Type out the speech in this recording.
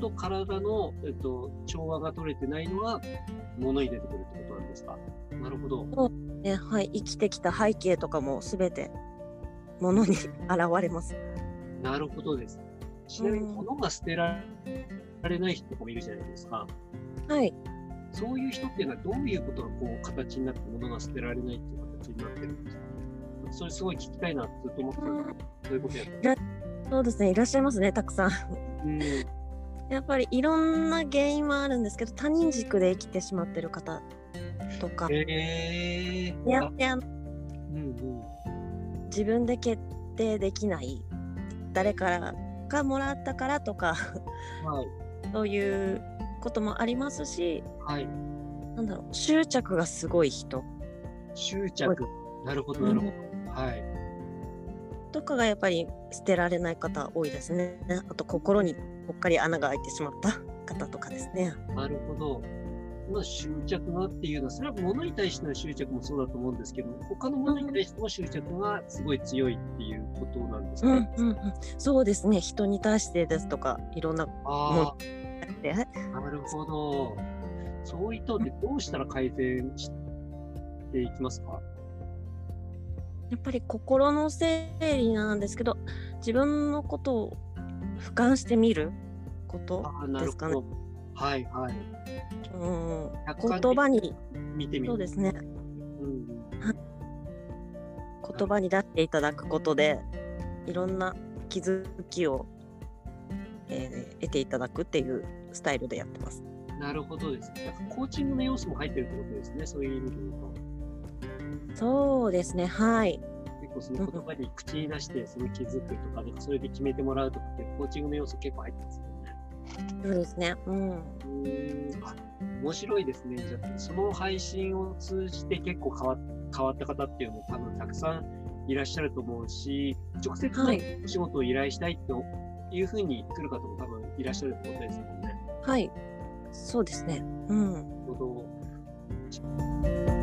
と体の、えっと、調和が取れてないのが物に出てくるってことなんですか。なるほど。ねはい、生きてきた背景とかも全てものに 現れます。なるほどです。ちなみにうん物が捨てられない人とかもいるじゃないですか。はい、そういう人っていうのはどういうことがこう形になって物が捨てられないっていう形になってるんですかそれすごい聞きたいなってずっと思ってたんですけど、そういうことやってそうですねいらっしゃいますねたくさん。 うん、やっぱりいろんな原因はあるんですけど他人軸で生きてしまってる方とかえー、やあってあのうん自分で決定できない誰からがもらったからとか うん。はい。そういうこともありますしはい。なんだろう執着がすごい人執着。なるほど、なるほど。はい。とかがやっぱり捨てられない方多いですねあと心にぽっかり穴が開いてしまった方とかですねなるほど。まあ、執着がっていうのは、それは物に対しての執着もそうだと思うんですけど、他のものに対しても執着がすごい強いっていうことなんですうか、んうんうんそうですね人に対してですとかいろんなあであ、なるほど。そういったので、どうしたら改善していきますかやっぱり心の整理なんですけど自分のことを俯瞰してみること、ああ、なるほど。はいはい。うん、客観的言葉に見てみる。そうですねうん言葉に出していただくことでいろんな気づきを、えー得ていただくっていうスタイルでやってます。うん、なるほどです。なんかコーチングの要素も入ってるってことですね、そういう意味で言うと。そうですねはい結構その言葉に口に出してその気づくとか、なんかそれで決めてもらうとかってコーチングの要素結構入ってますよね。そうですねうんうーんあ面白いですね。じゃあその配信を通じて結構変わ変わった方っていうのも多分たくさんいらっしゃると思うし、直接はねお仕事を依頼したいというふうに来る方も多分いらっしゃるってことですもんね。はいそうですねうんなるほど